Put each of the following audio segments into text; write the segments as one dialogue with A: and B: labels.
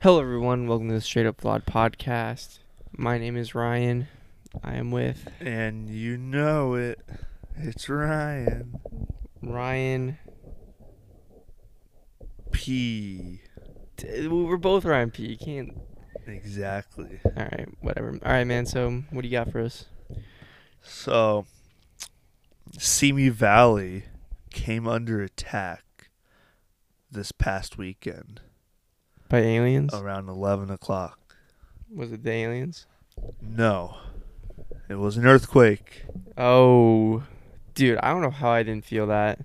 A: Hello, everyone. Welcome to the Straight Up Vlog podcast. My name is Ryan. I am with
B: And you know it. It's Ryan
A: Ryan.
B: P.
A: T- We're both Ryan P. You can't.
B: Exactly.
A: All right, whatever. All right, man. So, what do you got for us?
B: So, Simi Valley came under attack this past weekend
A: By aliens?
B: around 11 o'clock.
A: Was it the aliens?
B: No, it was an earthquake.
A: Oh, dude, I don't know how I didn't feel that.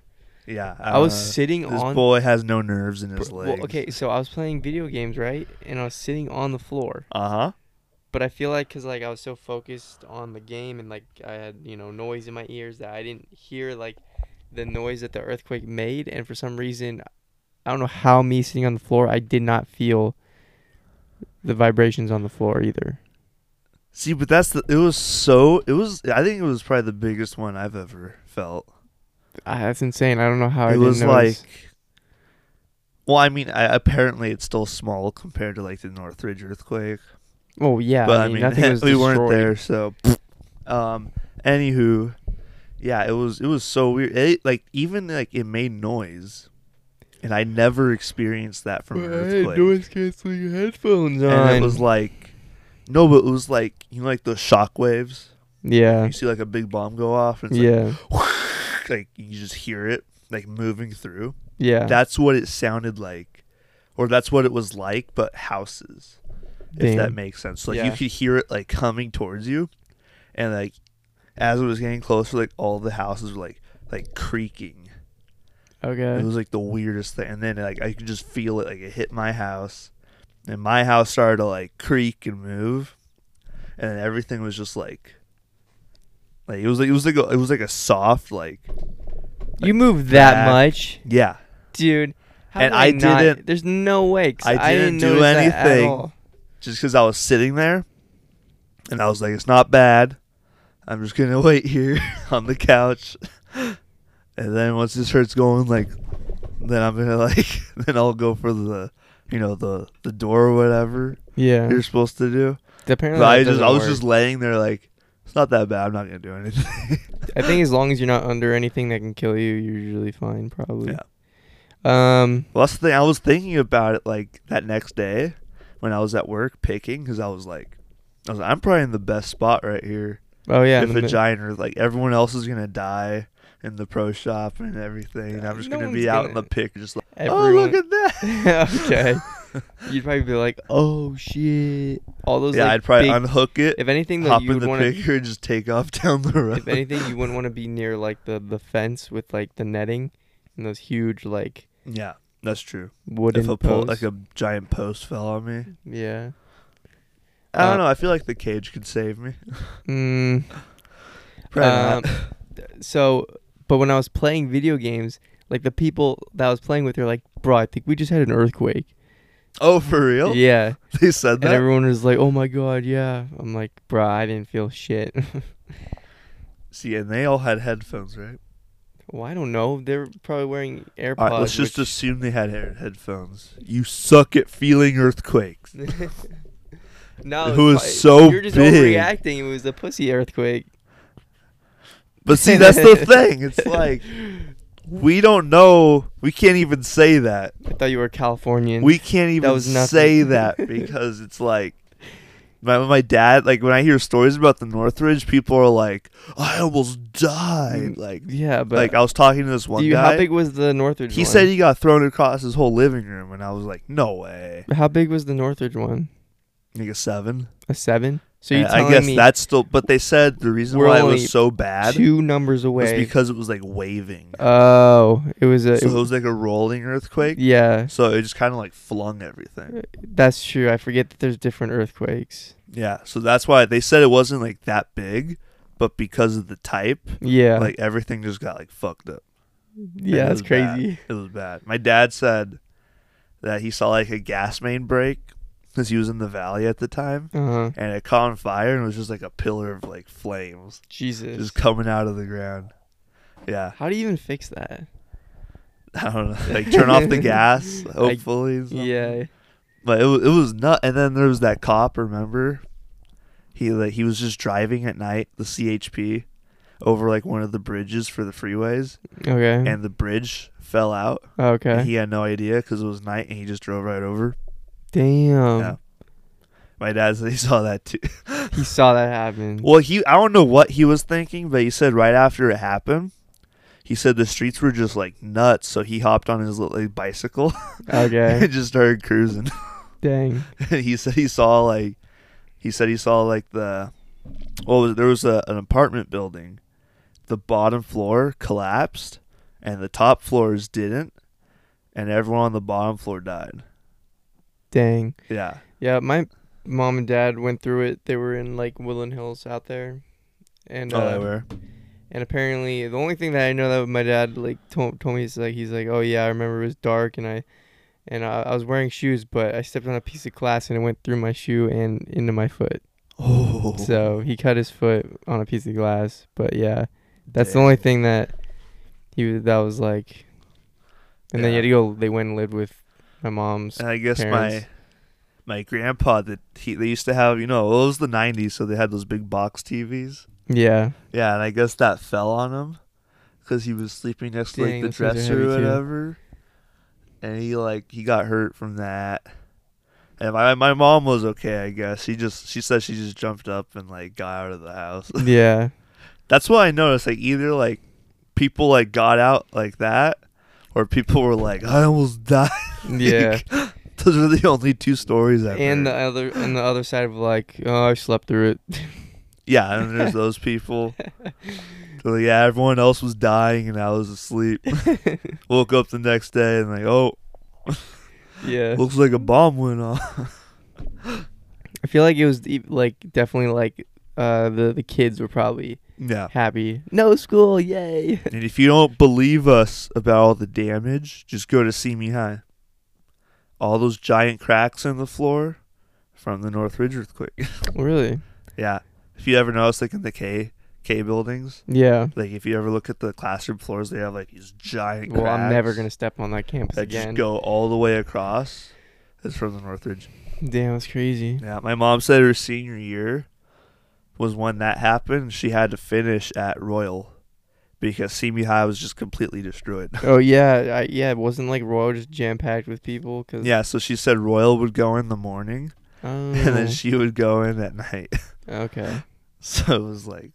B: Yeah.
A: I was
B: uh,
A: sitting
B: This
A: on.
B: boy has no nerves in his
A: Br-
B: legs.
A: well, okay, so I was playing video games, right? And I was sitting on the floor.
B: Uh huh.
A: But I feel like because like I was so focused on the game and like I had you know noise in my ears that I didn't hear like the noise that the earthquake made, and for some reason, I don't know how me sitting on the floor, I did not feel the vibrations on the floor either.
B: See, but that's the. It was so. It was. I think it was probably the biggest one I've ever felt.
A: I, Ah, that's insane. I don't know how I
B: it
A: didn't
B: was
A: notice.
B: like well i mean I, apparently it's still small compared to like the northridge earthquake
A: Oh yeah,
B: but
A: I mean, nothing was
B: we weren't
A: destroyed.
B: there so um anywho yeah it was it was so weird it, like even like it made noise and i never experienced that from an earthquake
A: canceling headphones on.
B: and it was like no but it was like you know like those shock waves
A: yeah,
B: you see like a big bomb go off and it's like,
A: yeah,
B: like you just hear it like moving through
A: yeah.
B: that's what it sounded like or that's what it was like but houses if that
A: Damn.
B: makes sense So, like
A: Yeah.
B: you could hear it like coming towards you and like as it was getting closer like all the houses were like like creaking
A: okay.
B: it was like the weirdest thing and then like i could just feel it like it hit my house and my house started to like creak and move and then everything was just like like it was like it was like a, it was like a soft like
A: you moved that
B: back.
A: much.
B: yeah
A: dude. How
B: And
A: did
B: I
A: not-
B: didn't-
A: There's no way. 'cause
B: I didn't do
A: notice that at
B: anything.
A: all.
B: just because I was sitting there and I was like, it's not bad. I'm just going to wait here on the couch. And then once this hurt's going, like, then I'm going to, like, then I'll go for the, you know, the, the door or whatever
A: Yeah.
B: you're supposed to do.
A: Apparently,
B: But I
A: that
B: just,
A: doesn't
B: I was
A: work.
B: just laying there, like, it's not that bad. I'm not going to do anything.
A: I think as long as you're not under anything that can kill you, you're usually fine, probably.
B: Yeah.
A: Yeah. Um.
B: well, that's the thing. I was thinking about it, like, that next day when I was at work picking because I was like, I was like, I'm probably in the best spot right here.
A: Oh yeah.
B: if
A: and
B: a
A: the-
B: giant earth, like everyone else is gonna die in the pro shop and everything, and
A: Uh,
B: I'm just
A: no
B: gonna
A: one's
B: be out in
A: gonna-
B: the pick, just like, oh
A: everyone-
B: look at that.
A: okay. You'd probably be like, oh shit. All those.
B: yeah,
A: like,
B: I'd probably
A: big-
B: unhook it,
A: if anything, though,
B: hop
A: you
B: in
A: would
B: the
A: want to.
B: picker, and just take off down the road.
A: If anything, you wouldn't want to be near like the the fence with like the netting and those huge like
B: yeah, that's true.
A: wooden
B: if a po-
A: posts.
B: like a giant post fell on me,
A: yeah.
B: I don't
A: Uh,
B: know. I feel like the cage could save me.
A: Mm.
B: Probably not.
A: Um, so but when I was playing video games, like the people that I was playing with, they're like, "Bro, I think we just had an earthquake."
B: Oh, for real?
A: Yeah,
B: They said
A: and
B: that.
A: everyone was like, "Oh my god, yeah." I'm like, "Bro, I didn't feel shit."
B: See, and they all had headphones, right?
A: well, I don't know. They're probably wearing AirPods.
B: All right, let's just
A: which-
B: assume they had head- headphones. You suck at feeling earthquakes.
A: no,
B: Who
A: it's
B: is
A: probably-
B: so
A: You're just
B: big.
A: overreacting. It was a pussy earthquake.
B: But see, that's the thing. It's like we don't know. We can't even say that.
A: I thought you were Californian.
B: We can't even
A: was nothing.
B: say that because it's like my my dad. Like when I hear stories about the Northridge, people are like, "I almost died." Like,
A: yeah, Mm. but
B: like I was talking to this one
A: do you,
B: guy.
A: how big was the Northridge?
B: he
A: one?
B: said he got thrown across his whole living room, and I was like, "No way!"
A: How big was the Northridge one?
B: Like a seven.
A: A seven. So you
B: And I
A: telling
B: guess
A: me
B: that's still. But they said the reason
A: We're
B: why it
A: only
B: was so bad
A: two numbers
B: was
A: away?
B: because it was like waving.
A: oh, it was a. it
B: so it
A: w-
B: was like a rolling earthquake.
A: yeah,
B: So it just kind of like flung everything.
A: that's true. I forget that there's different earthquakes.
B: Yeah. So that's why they said it wasn't like that big, but because of the type,
A: Yeah,
B: like everything just got like fucked up. And
A: yeah,
B: it
A: that's
B: was bad.
A: crazy.
B: It was bad. My dad said that he saw like a gas main break because he was in the valley at the time
A: Uh huh.
B: and it caught on fire and it was just like a pillar of like flames
A: Jesus.
B: just coming out of the ground. Yeah.
A: How do you even fix that?
B: I don't know. Like turn off the gas, hopefully. or something.
A: Yeah,
B: But it was, it was nut. And then there was that cop. Remember, he like he was just driving at night the CHP over like one of the bridges for the freeways,
A: Okay.
B: and the bridge fell out.
A: Mm-hmm. okay.
B: And he had no idea because it was night, and he just drove right over.
A: Damn.
B: Yeah. My dad said he saw that too.
A: He saw that happen.
B: Well, he I don't know what he was thinking, but he said right after it happened, he said the streets were just like nuts. So he hopped on his little like, bicycle
A: Okay.
B: and just started cruising.
A: Dang.
B: and he said he saw like he said he saw like the well was- there was a, an apartment building the bottom floor collapsed and the top floors didn't and everyone on the bottom floor died
A: Dang.
B: yeah
A: Yeah, my mom and dad went through it. They were in like Woodland Hills out there. And
B: oh
A: uh,
B: they were
A: and apparently the only thing that I know that my dad like told, told me is like he's like, "Oh yeah, I remember it was dark and I and I, I was wearing shoes, but I stepped on a piece of glass and it went through my shoe and into my foot."
B: oh
A: So he cut his foot on a piece of glass. But yeah, that's the
B: Dang.
A: only thing that he was- that was like. And then you
B: Yeah.
A: had to go. They went and lived with my mom's.
B: and i guess
A: parents.
B: my my grandpa that he they used to have you know it was the 90s so they had those big box tvs
A: Yeah.
B: yeah and i guess that fell on him because he was sleeping next to like
A: Dang,
B: the
A: those things are
B: dresser or
A: heavy, too.
B: whatever and he like he got hurt from that and my my mom was okay i guess she just she said she just jumped up and like got out of the house
A: Yeah.
B: that's what i noticed like either like people like got out like that or people were like i almost died
A: Yeah.
B: those are the only two stories i've
A: and the
B: heard.
A: other and the other side of like, oh, I slept through it.
B: yeah and there's those people They're like, yeah everyone else was dying and i was asleep woke up the next day and like oh
A: yeah.
B: looks like a bomb went off
A: I feel like it was e- like definitely like uh the the kids were probably
B: yeah
A: happy. No school, yay.
B: and if you don't believe us about all the damage just go to see me high all those giant cracks in the floor from the northridge earthquake
A: really?
B: yeah if you ever notice like in the k k buildings
A: Yeah.
B: like if you ever look at the classroom floors they have like these giant
A: Well, I'm never
B: cracks
A: gonna step on that campus
B: that
A: again.
B: just go all the way across it's from the northridge
A: Damn, that's crazy.
B: Yeah, my mom said her senior year was when that happened. She had to finish at Royal because Simi High was just completely destroyed.
A: Oh yeah, I, yeah. It wasn't like Royal just jam packed with people. Cause
B: yeah, so she said Royal would go in the morning and
A: Oh,
B: then she would go in at night.
A: okay.
B: So it was like,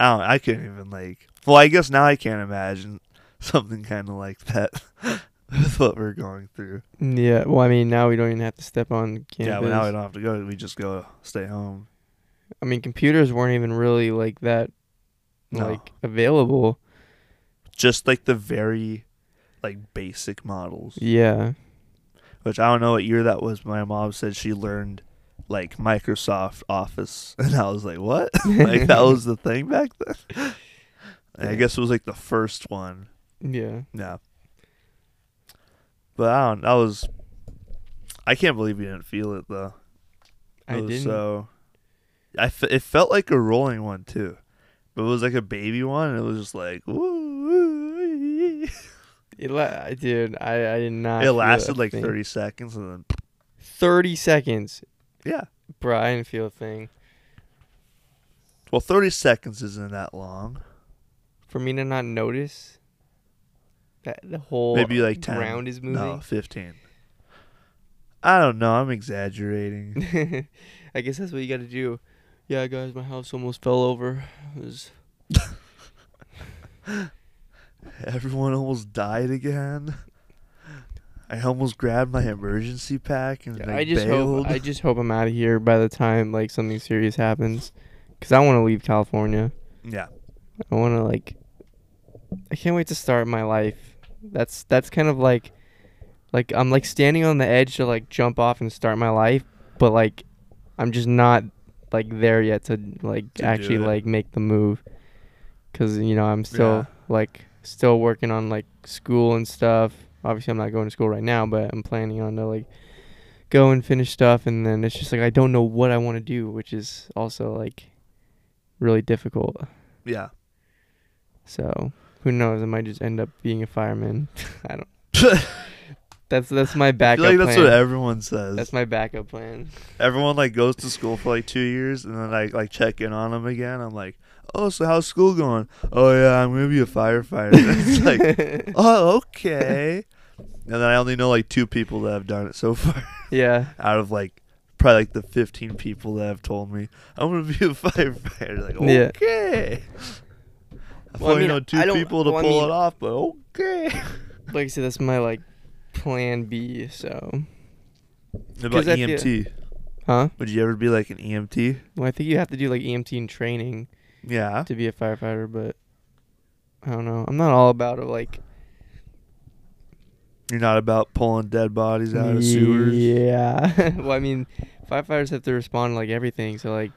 B: I don't, I couldn't even like. Well, I guess now I can't imagine something kind of like that with what we're going through.
A: Yeah. Well, I mean, now we don't even have to step on campus.
B: Yeah, but now we don't have to go. We just go stay home.
A: I mean, computers weren't even really like that,
B: No.
A: like available.
B: Just like the very, like basic models.
A: Yeah.
B: which I don't know what year that was. But my mom said she learned like Microsoft Office, and I was like, "What? like that was the thing back then?" And I
A: Yeah.
B: guess it was like the first one.
A: Yeah.
B: Yeah, but I don't. I was. I can't believe you didn't feel it though. It
A: I
B: was
A: didn't.
B: Oh, So, I fe- it felt like a rolling one too, but it was like a baby one, and it was just like, "Ooh."
A: It la- I- dude, I I did not.
B: It
A: feel
B: lasted
A: a
B: like
A: thing.
B: thirty seconds, and then
A: Thirty seconds,
B: yeah.
A: bro. I didn't feel a thing.
B: Well, thirty seconds isn't that long.
A: For me to not notice that the whole
B: Maybe like 10.
A: ground is
B: No,
A: moving.
B: 15. I don't know. I'm exaggerating.
A: I guess that's what you got to do. Yeah, guys, my house almost fell over. It was
B: Everyone almost died again. I almost grabbed my emergency pack and
A: Yeah,
B: like,
A: I just
B: bailed.
A: hope I just hope I'm out of here by the time like something serious happens, cause I want to leave California.
B: yeah,
A: I want to like, I can't wait to start my life. That's that's kind of like, like I'm like standing on the edge to like jump off and start my life, but like, I'm just not like there yet to like
B: To do
A: actually
B: it.
A: like make the move, cause you know I'm
B: Yeah.
A: still like still working on like school and stuff. Obviously, I'm not going to school right now, but I'm planning on to like go and finish stuff and then it's just like I don't know what I want to do, which is also like really difficult.
B: yeah.
A: So who knows? I might just end up being a fireman. I don't. That's that's my
B: I
A: backup
B: feel like that's
A: plan.
B: what everyone says.
A: that's my backup plan.
B: everyone like goes to school for like two years and then I like check in on them again. I'm like, oh, so how's school going? Oh yeah, I'm gonna be a firefighter. it's like, oh okay. And then I only know like two people that have done it so far
A: yeah.
B: out of like probably like the 15 people that have told me I'm gonna be a firefighter. Like
A: Yeah.
B: okay. I
A: Well, I
B: only
A: mean,
B: know two
A: I don't-
B: people to
A: well, I
B: pull
A: mean-
B: it off, but okay.
A: Like I said, that's my like plan B. So,
B: What about
A: I feel-
B: EMT?
A: huh?
B: Would you ever be like an E EMT?
A: Well, I think you have to do like EMT and training
B: Yeah.
A: to be a firefighter, but I don't know. I'm not all about it. Like
B: You're not about pulling dead bodies out of sewers.
A: Yeah. well, I mean, firefighters have to respond to like everything. So like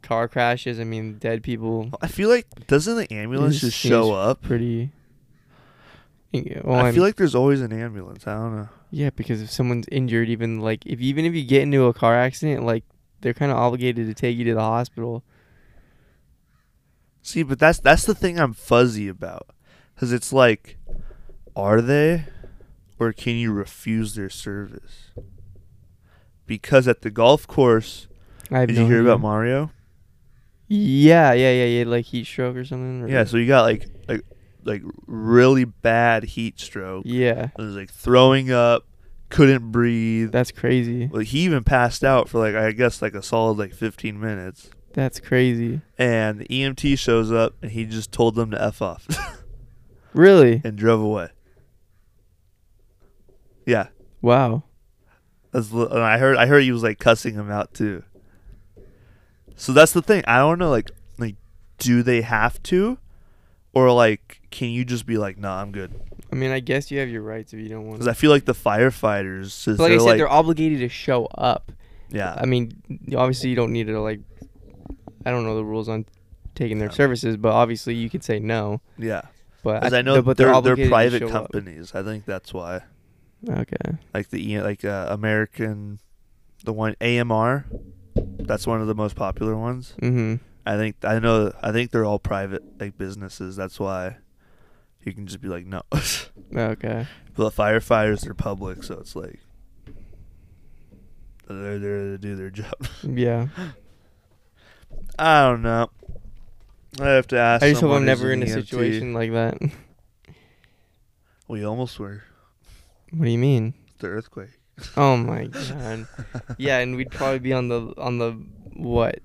A: car crashes. I mean, dead people.
B: I feel like doesn't the ambulance
A: It's-
B: just show
A: it's
B: up?
A: Pretty. Yeah, well,
B: I
A: I'm-
B: feel like there's always an ambulance. I don't know.
A: yeah, because if someone's injured, even like if even if you get into a car accident, like they're kind of obligated to take you to the hospital.
B: See, but that's that's the thing I'm fuzzy about, because it's like, are they, or can you refuse their service? Because at the golf course,
A: I have
B: did you
A: no
B: hear
A: idea.
B: about Mario?
A: Yeah, yeah, yeah, yeah. Like heat stroke or something. Or
B: Yeah, so you got like like like really bad heat stroke.
A: yeah,
B: It was like throwing up, couldn't breathe.
A: that's crazy.
B: Like he even passed out for like I guess like a solid like 15 minutes.
A: That's crazy.
B: And the EMT shows up and he just told them to f off
A: Really?
B: and drove away. Yeah,
A: Wow.
B: that's li- and I heard I heard he was like cussing him out too. So that's the thing. I don't know like like do they have to or like can you just be like nah, I'm good?
A: I mean, I guess you have your rights if you don't want.
B: Cuz
A: to.
B: I feel like the firefighters since
A: Like I
B: they're
A: said,
B: like
A: they're obligated to show up.
B: yeah.
A: I mean, obviously you don't need to like. I don't know the rules on taking their services, but obviously you could say no.
B: yeah.
A: But
B: Cuz I know
A: but
B: they're they're,
A: obligated to
B: private
A: show up.
B: companies. I think that's why.
A: Okay.
B: like the E- like uh, American, the one AMR. That's one of the most popular ones.
A: Mm-hmm.
B: I think I know. I think they're all private like businesses. That's why you can just be like no. but
A: Okay.
B: the firefighters they're public, so it's like they're there to do their job.
A: Yeah.
B: I don't know. I have to ask.
A: I just hope I'm
B: someone who's E
A: never
B: an
A: in a
B: EMT.
A: situation like that.
B: We almost were
A: What do you mean?
B: the earthquake.
A: Oh my god. Yeah, and we'd probably be on the on the what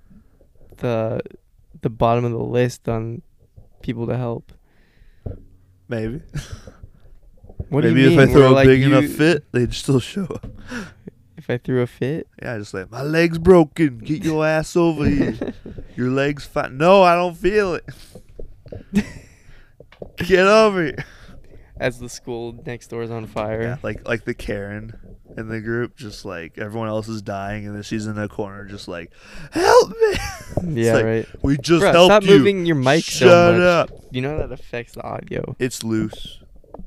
A: the the bottom of the list on people to help.
B: Maybe.
A: What
B: Maybe
A: do you mean?
B: if I
A: We're
B: throw a
A: like,
B: big enough
A: you-
B: fit, they'd still show up.
A: If I threw a fit.
B: Yeah, just like my leg's broken. Get your ass over here. Your leg's fine. No, I don't feel it. Get over here.
A: As the school next door is on fire.
B: Yeah, like like the Karen in the group, just like everyone else is dying, and then she's in the corner, just like, help me. It's
A: Yeah,
B: like,
A: right.
B: We just
A: Bruh,
B: helped
A: stop
B: you.
A: moving your mic so
B: Shut
A: much.
B: up.
A: You know that affects the audio.
B: It's loose.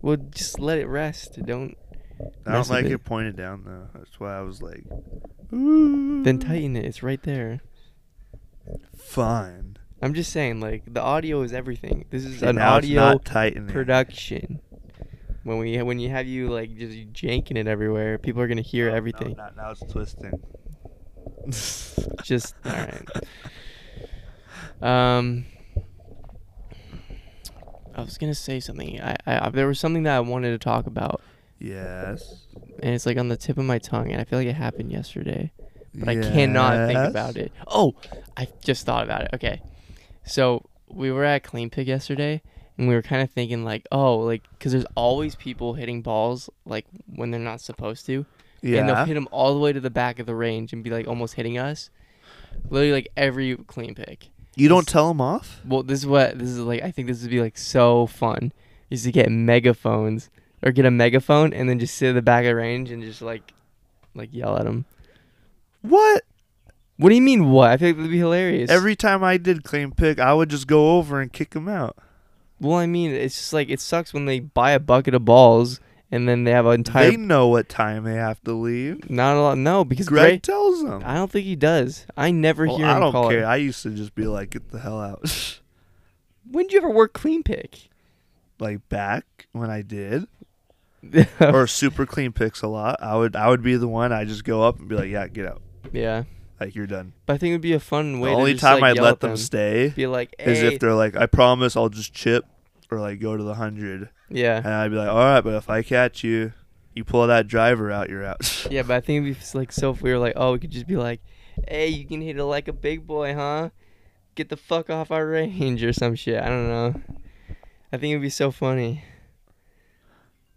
A: Well, just let it rest. Don't
B: I
A: Mess
B: don't
A: with
B: like
A: it.
B: it. pointed down though. That's why I was like,
A: then
B: Mm-hmm.
A: tighten it. It's right there.
B: fine.
A: I'm just saying, like the audio is everything. This is
B: And
A: an
B: now it's
A: audio
B: not tightening.
A: production. When we when you have you like just janking it everywhere, people are gonna hear
B: Oh, No, no,
A: everything.
B: not- now it's twisting.
A: Just all right. Um, I was gonna say something. I, I there was something that I wanted to talk about,
B: Yes.
A: and it's like on the tip of my tongue, and I feel like it happened yesterday. but I cannot think
B: Yes.
A: about it. Oh, I just thought about it. Okay. So we were at Clean Pick yesterday and we were kind of thinking, like, oh, like, because there's always people hitting balls, like, when they're not supposed to. And they'll
B: Yeah.
A: hit them all the way to the back of the range and be, like, almost hitting us. Literally, like, every Clean Pick.
B: You don't tell them off?
A: Well, this is what, this is like, I think this would be, like, so fun is to get megaphones or get a megaphone and then just sit at the back of the range and just, like, like yell at them.
B: What?
A: What do you mean? What? I think that'd be hilarious.
B: Every time I did clean pick, I would just go over and kick them out.
A: well, I mean, it's just like it sucks when they buy a bucket of balls and then they have an entire.
B: They know what time they have to leave.
A: not a lot. No, because
B: Greg
A: Greg.
B: tells them.
A: I don't think he does. I never
B: Well,
A: hear him
B: I don't
A: call
B: care.
A: it.
B: I used to just be like, get the hell out.
A: When did you ever work clean pick?
B: like back when I did. or super clean picks a lot. I would I would be the one I just go up and be like, yeah, get out.
A: yeah,
B: Like you're done.
A: but I think it would be a fun way.
B: the
A: to
B: only
A: just,
B: time
A: like,
B: I'd
A: yell
B: let
A: at
B: them, stay
A: be like, hey,
B: is if they're like, I promise I'll just chip or like go to the hundred,
A: yeah,
B: and I'd be like, all right, but if I catch you, you pull that driver out, you're out.
A: yeah. But I think it'd be s- like so if we were like, oh, we could just be like, hey, you can hit it like a big boy, huh? Get the fuck off our range or some shit. I don't know. I think it'd be so funny.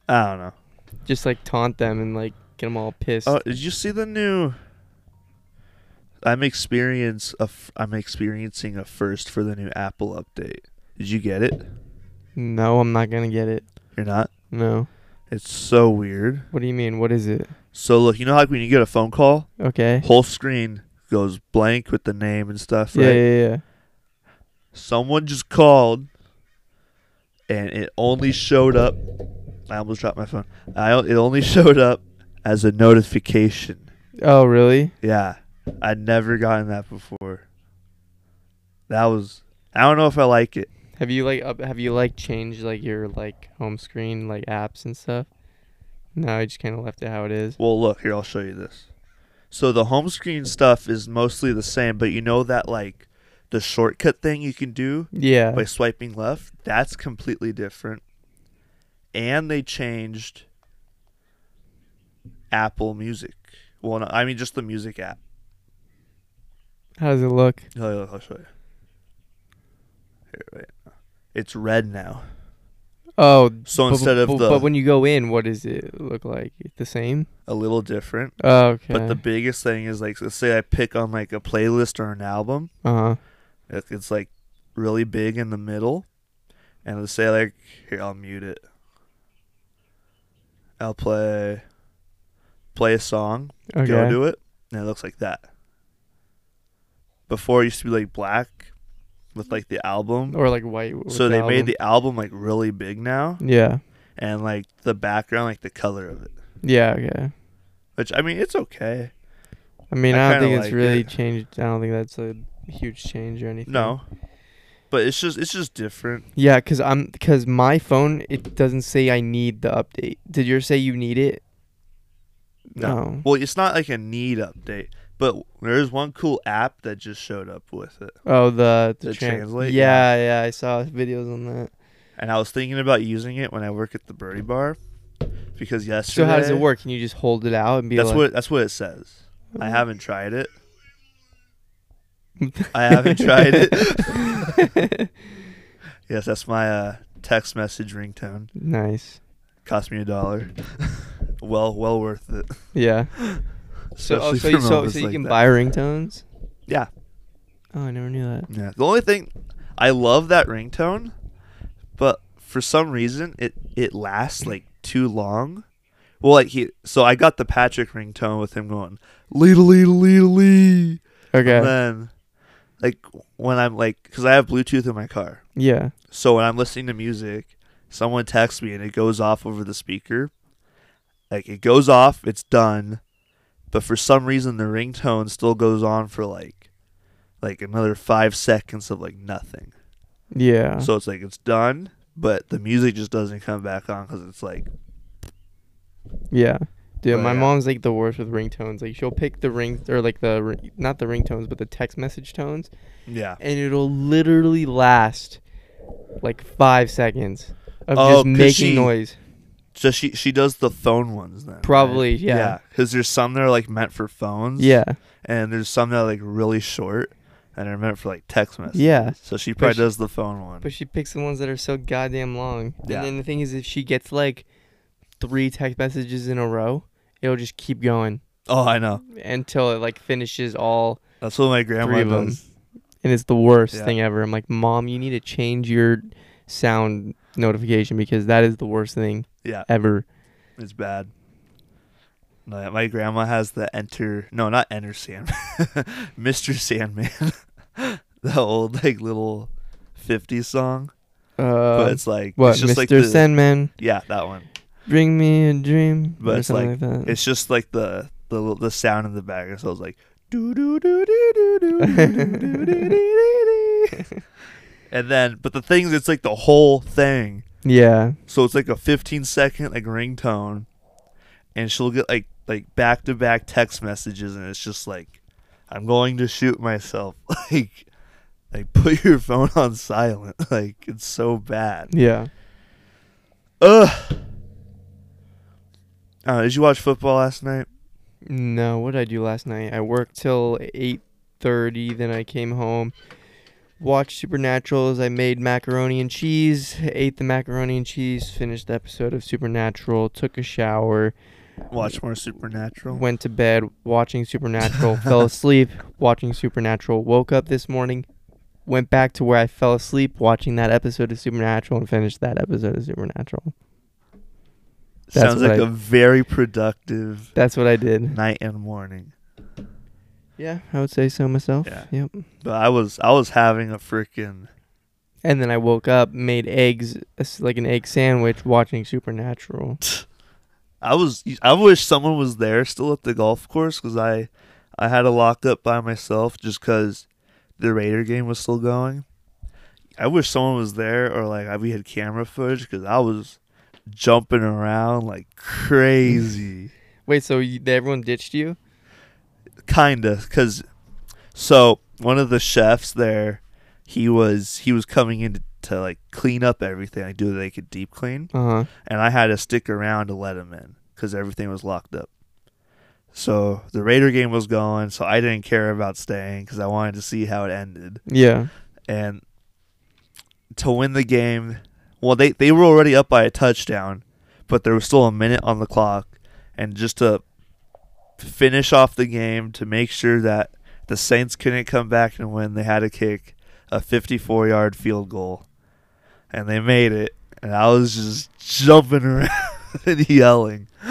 B: I don't know.
A: Just like taunt them and like get them all pissed.
B: Oh, did you see the new? I'm experience a f- I'm experiencing a first for the new Apple update. Did you get it?
A: no, I'm not gonna get it.
B: You're not.
A: No.
B: It's so weird.
A: What do you mean? What is it?
B: So look, you know how like, when you get a phone call,
A: Okay.
B: whole screen goes blank with the name and stuff, right?
A: Yeah, yeah, yeah.
B: Someone just called, and it only showed up. I almost dropped my phone. I o- it only showed up as a notification.
A: Oh, really?
B: Yeah, I'd never gotten that before. That was. I don't know if I like it.
A: Have you like up, have you like changed like your like home screen like apps and stuff? No, I just kind of left it how it is.
B: Well, look here. I'll show you this. So the home screen stuff is mostly the same, but you know that like the shortcut thing you can do
A: Yeah.
B: by swiping left. That's completely different. And they changed Apple Music. Well, no, I mean just the music app.
A: How does it look?
B: I'll, I'll show you. Here, wait. It's red now.
A: Oh,
B: So
A: but-
B: instead of
A: but,
B: the
A: but when you go in, what does it look like? The same?
B: a little different,
A: Oh, okay.
B: but the biggest thing is like let's say I pick on like a playlist or an album.
A: uh-huh.
B: It- It's like really big in the middle, and let's say like here I'll mute it. I'll play play a song.
A: Okay.
B: Go to it, and it looks like that. Before it used to be like black, with like the album.
A: Or like white. with
B: so
A: the
B: they made
A: album.
B: the album like really big now,
A: Yeah.
B: and like the background, like the color of it.
A: Yeah, okay.
B: Which I mean, it's okay.
A: I mean,
B: I
A: I, don't
B: kinda
A: think
B: like
A: it's really
B: it.
A: changed. I don't think that's a huge change or anything.
B: No, but it's just it's just different.
A: Yeah, cause I'm cause my phone it doesn't say I need the update. Did yours say you need it? No.
B: Well, it's not like a need update, but there is one cool app that just showed up with it.
A: Oh, the the,
B: The
A: trans-
B: translate,
A: Yeah, yeah, I saw videos on that.
B: And I was thinking about using it when I work at the Birdie Bar because
A: So
B: yesterday.
A: how does it work? Can you just hold it out and be
B: That's
A: like?
B: what that's what it says. I haven't tried it.
A: That's what
B: I haven't tried it. yes, that's my uh, text message ringtone.
A: nice.
B: Cost me a dollar. well, well worth it.
A: Yeah. So oh,
B: Especially
A: so you,
B: for
A: so,
B: moments
A: so you
B: like
A: can
B: that.
A: buy ringtones.
B: Yeah.
A: Oh, I never knew that.
B: Yeah. The only thing I love that ringtone, but for some reason it it lasts like too long. Well, like he so I got the Patrick ringtone with him going leetle leetle leetle lee,
A: Okay.
B: and then like when I'm like because I have Bluetooth in my car,
A: yeah.
B: so when I'm listening to music, someone texts me and it goes off over the speaker. Like it goes off, it's done, but for some reason the ringtone still goes on for like like another 5 seconds of like nothing.
A: Yeah.
B: So it's like it's done, but the music just doesn't come back on cuz it's like
A: yeah. Dude,
B: But
A: my
B: yeah.
A: mom's like the worst with ringtones. Like she'll pick the ring or like the ri- not the ringtones, but the text message tones,
B: yeah.
A: and it'll literally last like five seconds of
B: Oh,
A: just
B: 'cause
A: making
B: she-
A: noise.
B: So she she does the phone ones then. right?
A: Probably, yeah.
B: cuz there's some that are like meant for phones
A: Yeah.
B: and there's some that are like really short and are meant for like text messages.
A: Yeah.
B: So she probably
A: she-
B: does the phone one.
A: But she picks the ones that are so goddamn long.
B: Yeah.
A: And then the thing is, if she gets like three text messages in a row, it'll just keep going
B: oh, I know.
A: until it like finishes all,
B: That's what my grandma
A: Three of 'em.
B: does.
A: and it's the worst
B: Yeah.
A: thing ever. I'm like, mom, you need to change your sound notification because that is the worst thing
B: Yeah,
A: ever.
B: it's bad. No, yeah, my grandma has the enter. No, not enter Sandman, Mister Sandman, the old like little '50s song.
A: Uh,
B: but it's like
A: what,
B: it's just
A: Mr.
B: like the,
A: Sandman,
B: yeah that one.
A: bring me a dream,
B: But
A: or
B: it's
A: something like, that.
B: It's just like the the l- the sound in the background. So it's like do do do do do do do do do do do. And then, but the thing is, it's like the whole thing.
A: Yeah.
B: So it's like a 15 second like ringtone, and she'll get like like back to back text messages, and it's just like, I'm going to shoot myself. like, like put your phone on silent. Like it's so bad.
A: Yeah.
B: Ugh. Uh, did you watch football last night?
A: No, what did I do last night? I worked till eight thirty, then I came home, watched Supernaturals, I made macaroni and cheese, ate the macaroni and cheese, finished the episode of Supernatural, took a shower,
B: Watch more Supernatural.
A: went to bed watching Supernatural, fell asleep watching Supernatural, woke up this morning, went back to where I fell asleep watching that episode of Supernatural and finished that episode of Supernatural. that's
B: Sounds
A: what
B: like a
A: I-
B: very productive
A: That's what I did.
B: night and morning.
A: Yeah, I would say so myself.
B: Yeah.
A: Yep.
B: But I was I was having a freaking
A: And then I woke up, made eggs, s- like an egg sandwich, watching Supernatural.
B: I was I wish someone was there still at the golf course because I I had a lockup by myself just because the Raider game was still going. I wish someone was there or like I- we had camera footage because I was jumping around like crazy.
A: Wait, so you, everyone ditched you?
B: kinda because so one of the chefs there he was he was coming in to, to like clean up everything like do like a deep clean
A: Uh huh.
B: and i had to stick around to let him in because everything was locked up so the raider game was going so i didn't care about staying because i wanted to see how it ended
A: Yeah.
B: and to win the game well they, they were already up by a touchdown but there was still a minute on the clock and just to finish off the game to make sure that the saints couldn't come back and win they had to kick a 54 yard field goal and they made it and i was just jumping around and yelling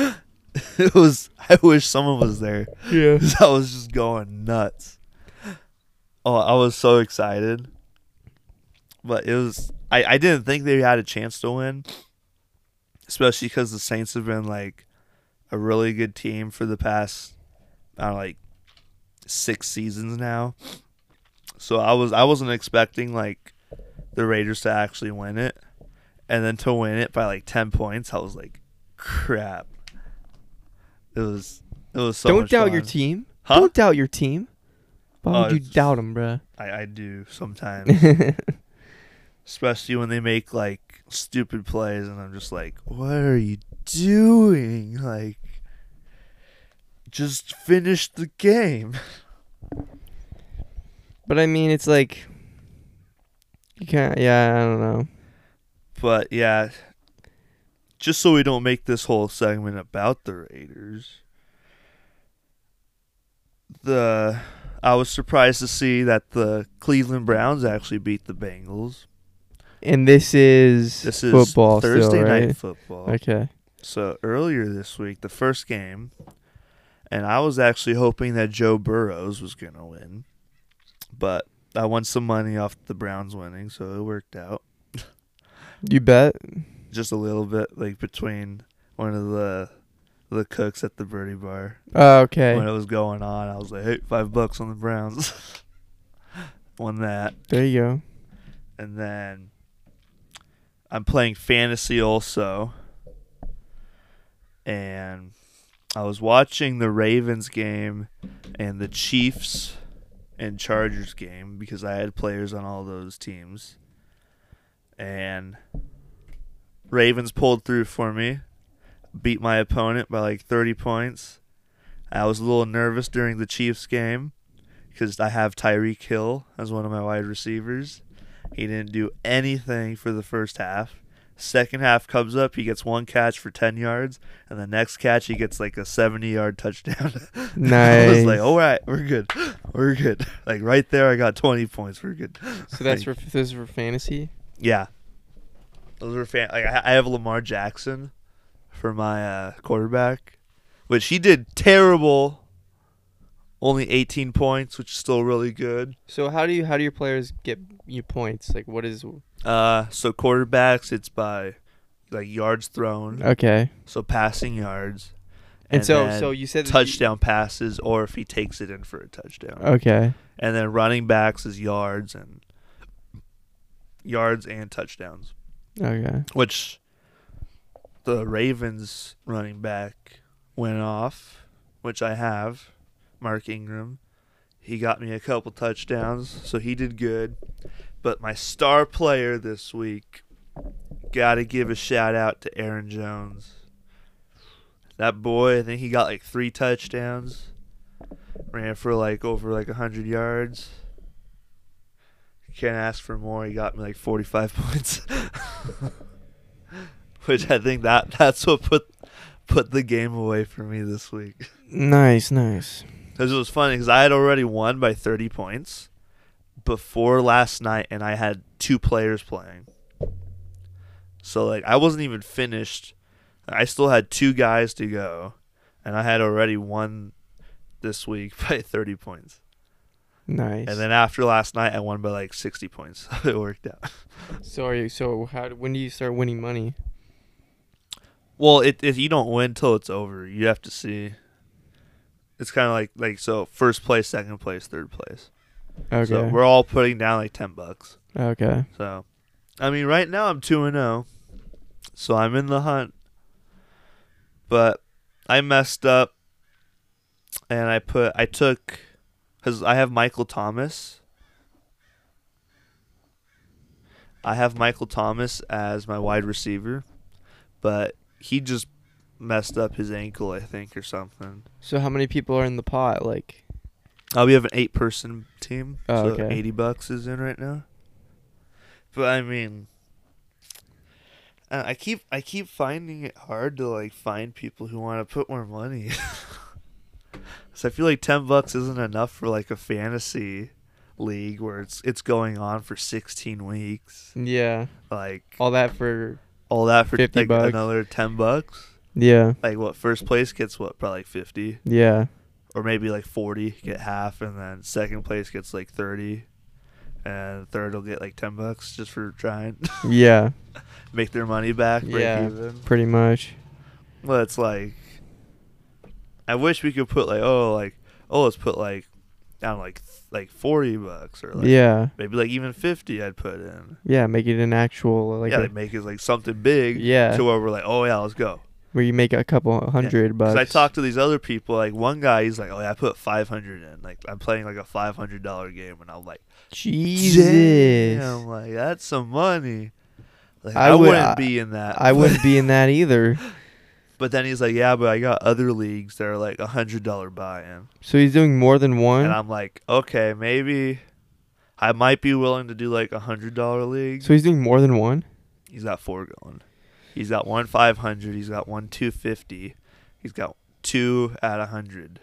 B: it was i wish someone was there
A: Yeah.
B: 'Cause I was just going nuts. Oh, I was so excited. But it was I, I didn't think they had a chance to win. Especially because the Saints have been like a really good team for the past I don't know, like six seasons now. So I was I wasn't expecting like the Raiders to actually win it. And then to win it by like ten points, I was like, crap. It was it was so
A: Don't
B: much
A: doubt your
B: fun.
A: team.
B: Huh?
A: Don't doubt your team. Why would
B: Oh,
A: you
B: it's-
A: doubt them, bruh?
B: I, I do sometimes, especially when they make like stupid plays, and I'm just like, "What are you doing? Like, just finish the game."
A: but I mean, it's like you can't. Yeah, I don't know.
B: But yeah, just so we don't make this whole segment about the Raiders, the I was surprised to see that the Cleveland Browns actually beat the Bengals.
A: And this is
B: This is
A: football still,
B: Thursday
A: right?
B: night football.
A: Okay.
B: So earlier this week, the first game, and I was actually hoping that Joe Burrows was going to win, but I won some money off the Browns winning, so it worked out
A: You bet.
B: just a little bit, like between one of the the cooks at the Birdie Bar
A: Oh, okay.
B: when it was going on. I was like, hey, five bucks on the Browns, won that.
A: There you go.
B: and then I'm playing fantasy also. And I was watching the Ravens game and the Chiefs and Chargers game because I had players on all those teams. And Ravens pulled through for me, beat my opponent by like 30 points. I was a little nervous during the Chiefs game because I have Tyreek Hill as one of my wide receivers. He didn't do anything for the first half. Second half comes up, he gets one catch for 10 yards, and the next catch, he gets like a 70 yard touchdown. I was
A: Nice.
B: like, all right, we're good. We're good. Like right there, I got 20 points. We're good.
A: So that's
B: Like,
A: for this is for fantasy.
B: yeah. Those are fan. Like I I have Lamar Jackson for my uh, quarterback, which he did terrible. Only 18 points, which is still really good.
A: So how do you how do your players get you points? Like what is
B: Uh, so quarterbacks, it's by like yards thrown,
A: okay?
B: so passing yards,
A: And, so
B: then
A: so you said that you-
B: touchdown passes, or if he takes it in for a
A: Oh,
B: touchdown.
A: Okay.
B: and then running backs is yards and yards and touchdowns.
A: Okay.
B: which the Ravens running back went off, which I have, Mark Ingram. He got me a couple touchdowns, so he did good. But my star player this week, got to give a shout out to Aaron Jones. That boy, I think he got like three touchdowns. Ran for like over like 100 yards. Can't ask for more. He got me like 45 points. Which I think that that's what put put the game away for me this week.
A: Nice, nice.
B: Cuz it was funny cuz I had already won by 30 points before last night and I had two players playing. So like I wasn't even finished. I still had two guys to go and I had already won this week by 30 points.
A: Nice.
B: And then after last night I won by like 60 points. it worked out.
A: so are you so how when do you start winning money?
B: Well, it, if you don't win till it's over, you have to see. It's kind of like like so first place, second place, third place.
A: Okay.
B: So we're all putting down like ten bucks.
A: okay.
B: So, I mean, right now I'm two and zero, so I'm in the hunt. But I messed up, and I put I took because I have Michael Thomas. I have Michael Thomas as my wide receiver, but he just messed up his ankle, I think, or something.
A: So how many people are in the pot like
B: Uh, we have an eight person team.
A: Oh,
B: so
A: okay.
B: 80 bucks is in right now. But I mean uh, I keep I keep finding it hard to like find people who want to put more money. so I feel like 10 bucks isn't enough for like a fantasy league where it's it's going on for 16 weeks.
A: yeah,
B: Like
A: all that for
B: all that for
A: 50
B: like
A: bucks.
B: another 10 bucks.
A: yeah,
B: Like what first place gets what probably like 50
A: yeah.
B: or maybe like 40 get half and then second place gets like 30 and third will get like 10 bucks just for trying
A: Yeah,
B: make their money back break
A: Yeah.
B: even
A: pretty much.
B: well it's like i wish we could put like oh like oh let's put like down like th- like 40 bucks or like
A: yeah.
B: maybe like even 50 i'd put in
A: Yeah, make it an actual uh, like
B: yeah
A: a-
B: they make it like something big
A: Yeah.
B: to where we're like oh yeah let's go
A: where you make a couple hundred
B: Because
A: bucks.
B: I talked to these other people, like one guy, he's like, "Oh yeah, I put five hundred in. Like I'm playing like a five hundred dollar game," and I'm like,
A: Jesus.
B: Damn, like that's some money. Like, I,
A: I would-
B: wouldn't
A: I-
B: be in that.
A: I wouldn't be in that either.
B: But then he's like, yeah, but I got other leagues that are like a hundred dollar buy-in,
A: So he's doing more than one.
B: and I'm like, okay, maybe I might be willing to do like a hundred dollar league.
A: so he's doing more than one.
B: He's got four going. He's got one five hundred. He's got one two fifty. He's got two at a hundred.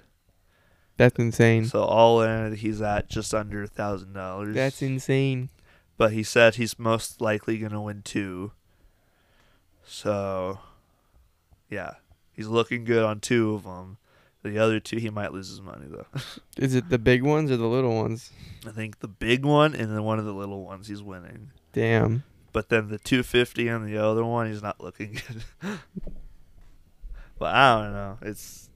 A: That's insane.
B: So all in, he's at just under a thousand dollars.
A: That's insane.
B: but he said he's most likely going to win two. So, yeah, he's looking good on two of them. The other two, he might lose his money though.
A: Is it the big ones or the little ones?
B: I think the big one and then one of the little ones he's winning.
A: Damn.
B: But then the 250 and the other one, he's not looking good. but I don't know. It's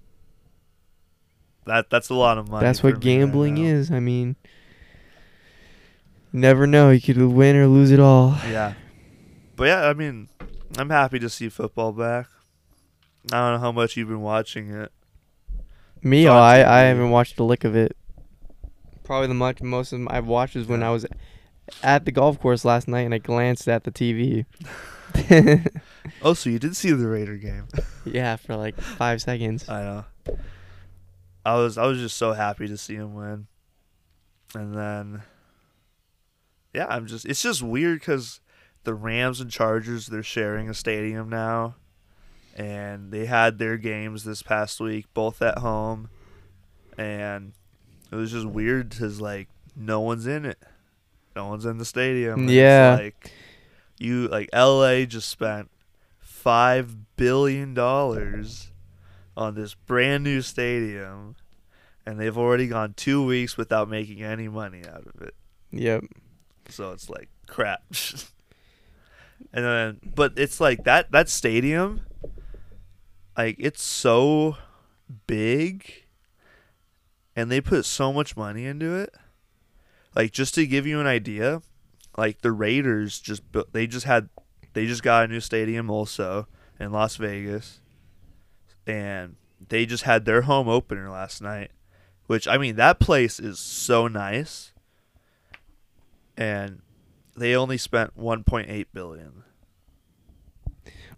B: that that's a lot of money.
A: That's
B: for
A: what
B: me right
A: gambling
B: now.
A: is. I mean, never know. You could win or lose it all.
B: Yeah. But yeah, I mean, I'm happy to see football back. I don't know how much you've been watching it.
A: Me,
B: So
A: oh, I,
B: I took
A: I
B: the-
A: haven't watched a lick of it. Probably the much most of them I've watched is when
B: Yeah.
A: I was at the golf course last night and I glanced at the TV.
B: Oh, so you did see the Raider game.
A: yeah, for like five seconds.
B: I know. I was I was just so happy to see him win. And then Yeah, I'm just it's just weird cuz the Rams and Chargers they're sharing a stadium now. And they had their games this past week both at home. And it was just weird cuz like no one's in it. No one's in the stadium. and it's
A: Yeah.
B: like you like LA just spent 5 billion dollars on this brand new stadium and they've already gone two weeks without making any money out of it
A: Yep.
B: so it's like crap and then but it's like that that stadium like it's so big and they put so much money into it like just to give you an idea like the raiders just bu- they just had They just got a new stadium also in Las Vegas, and they just had their home opener last night, which I mean that place is so nice, and they only spent 1.8 billion.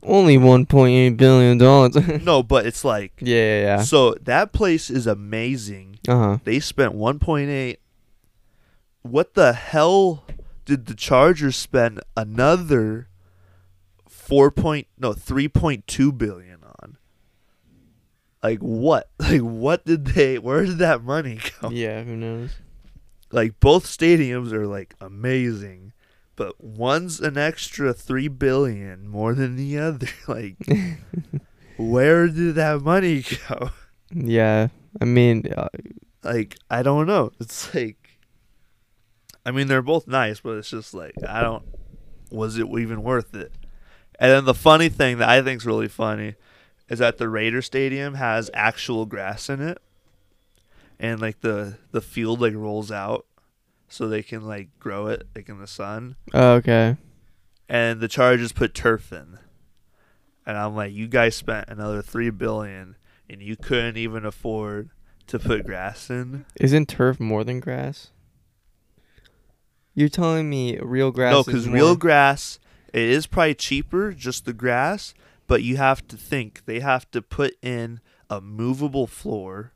A: Only 1.8 billion dollars.
B: No, but it's like
A: Yeah, yeah,
B: so that place is amazing.
A: yeah. Uh huh.
B: They spent 1.8. What the hell did the Chargers spend another 4. Point, no, 3.2 billion on? Like what? Like what did they where did that money go?
A: Yeah, who knows?
B: Like both stadiums are like amazing, but one's an extra 3 billion more than the other. Like where did that money go?
A: Yeah, I mean, uh,
B: like I don't know. It's like I mean they're both nice, but it's just like I don't was it even worth it? And then the funny thing that I think's really funny is that the Raider Stadium has actual grass in it. And like the the field like rolls out so they can like grow it like in the sun.
A: uh, okay.
B: And the Chargers put turf in. And I'm like, you guys spent another three billion and you couldn't even afford to put grass in.
A: Isn't turf more than grass? You're telling me real grass?
B: No,
A: is
B: because
A: more-
B: real grass, it is probably cheaper, just the grass, but you have to think they have to put in a movable floor.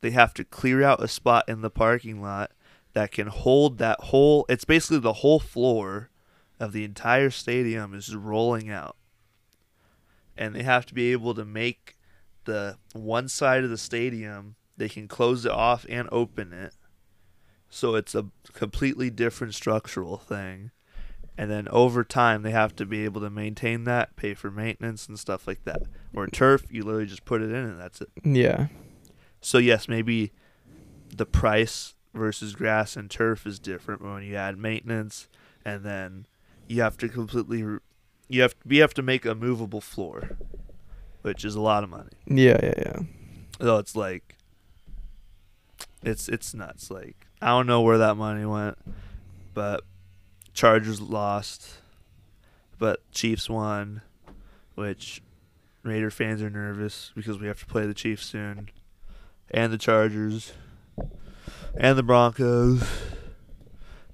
B: They have to clear out a spot in the parking lot that can hold that whole. It's basically the whole floor of the entire stadium is rolling out. And they have to be able to make the one side of the stadium, they can close it off and open it. So it's a completely different structural thing. And then over time, they have to be able to maintain that, pay for maintenance and stuff like that. Or turf, you literally just put it in and that's it.
A: yeah,
B: So, yes, maybe the price versus grass and turf is different when you add maintenance and then you have to completely. re- You have, you have to make a movable floor, which is a lot of money.
A: yeah, yeah, yeah.
B: So it's like it's it's nuts. Like I don't know where that money went, but Chargers lost, but Chiefs won, which Raider fans are nervous because we have to play the Chiefs soon, and the Chargers, and the Broncos.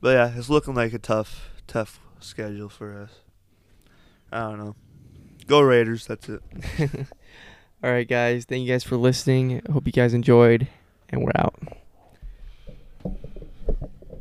B: But yeah, it's looking like a tough tough schedule for us. I don't know. Go Raiders. That's it.
A: All right, guys. Thank you guys for listening. Hope you guys enjoyed, and we're out.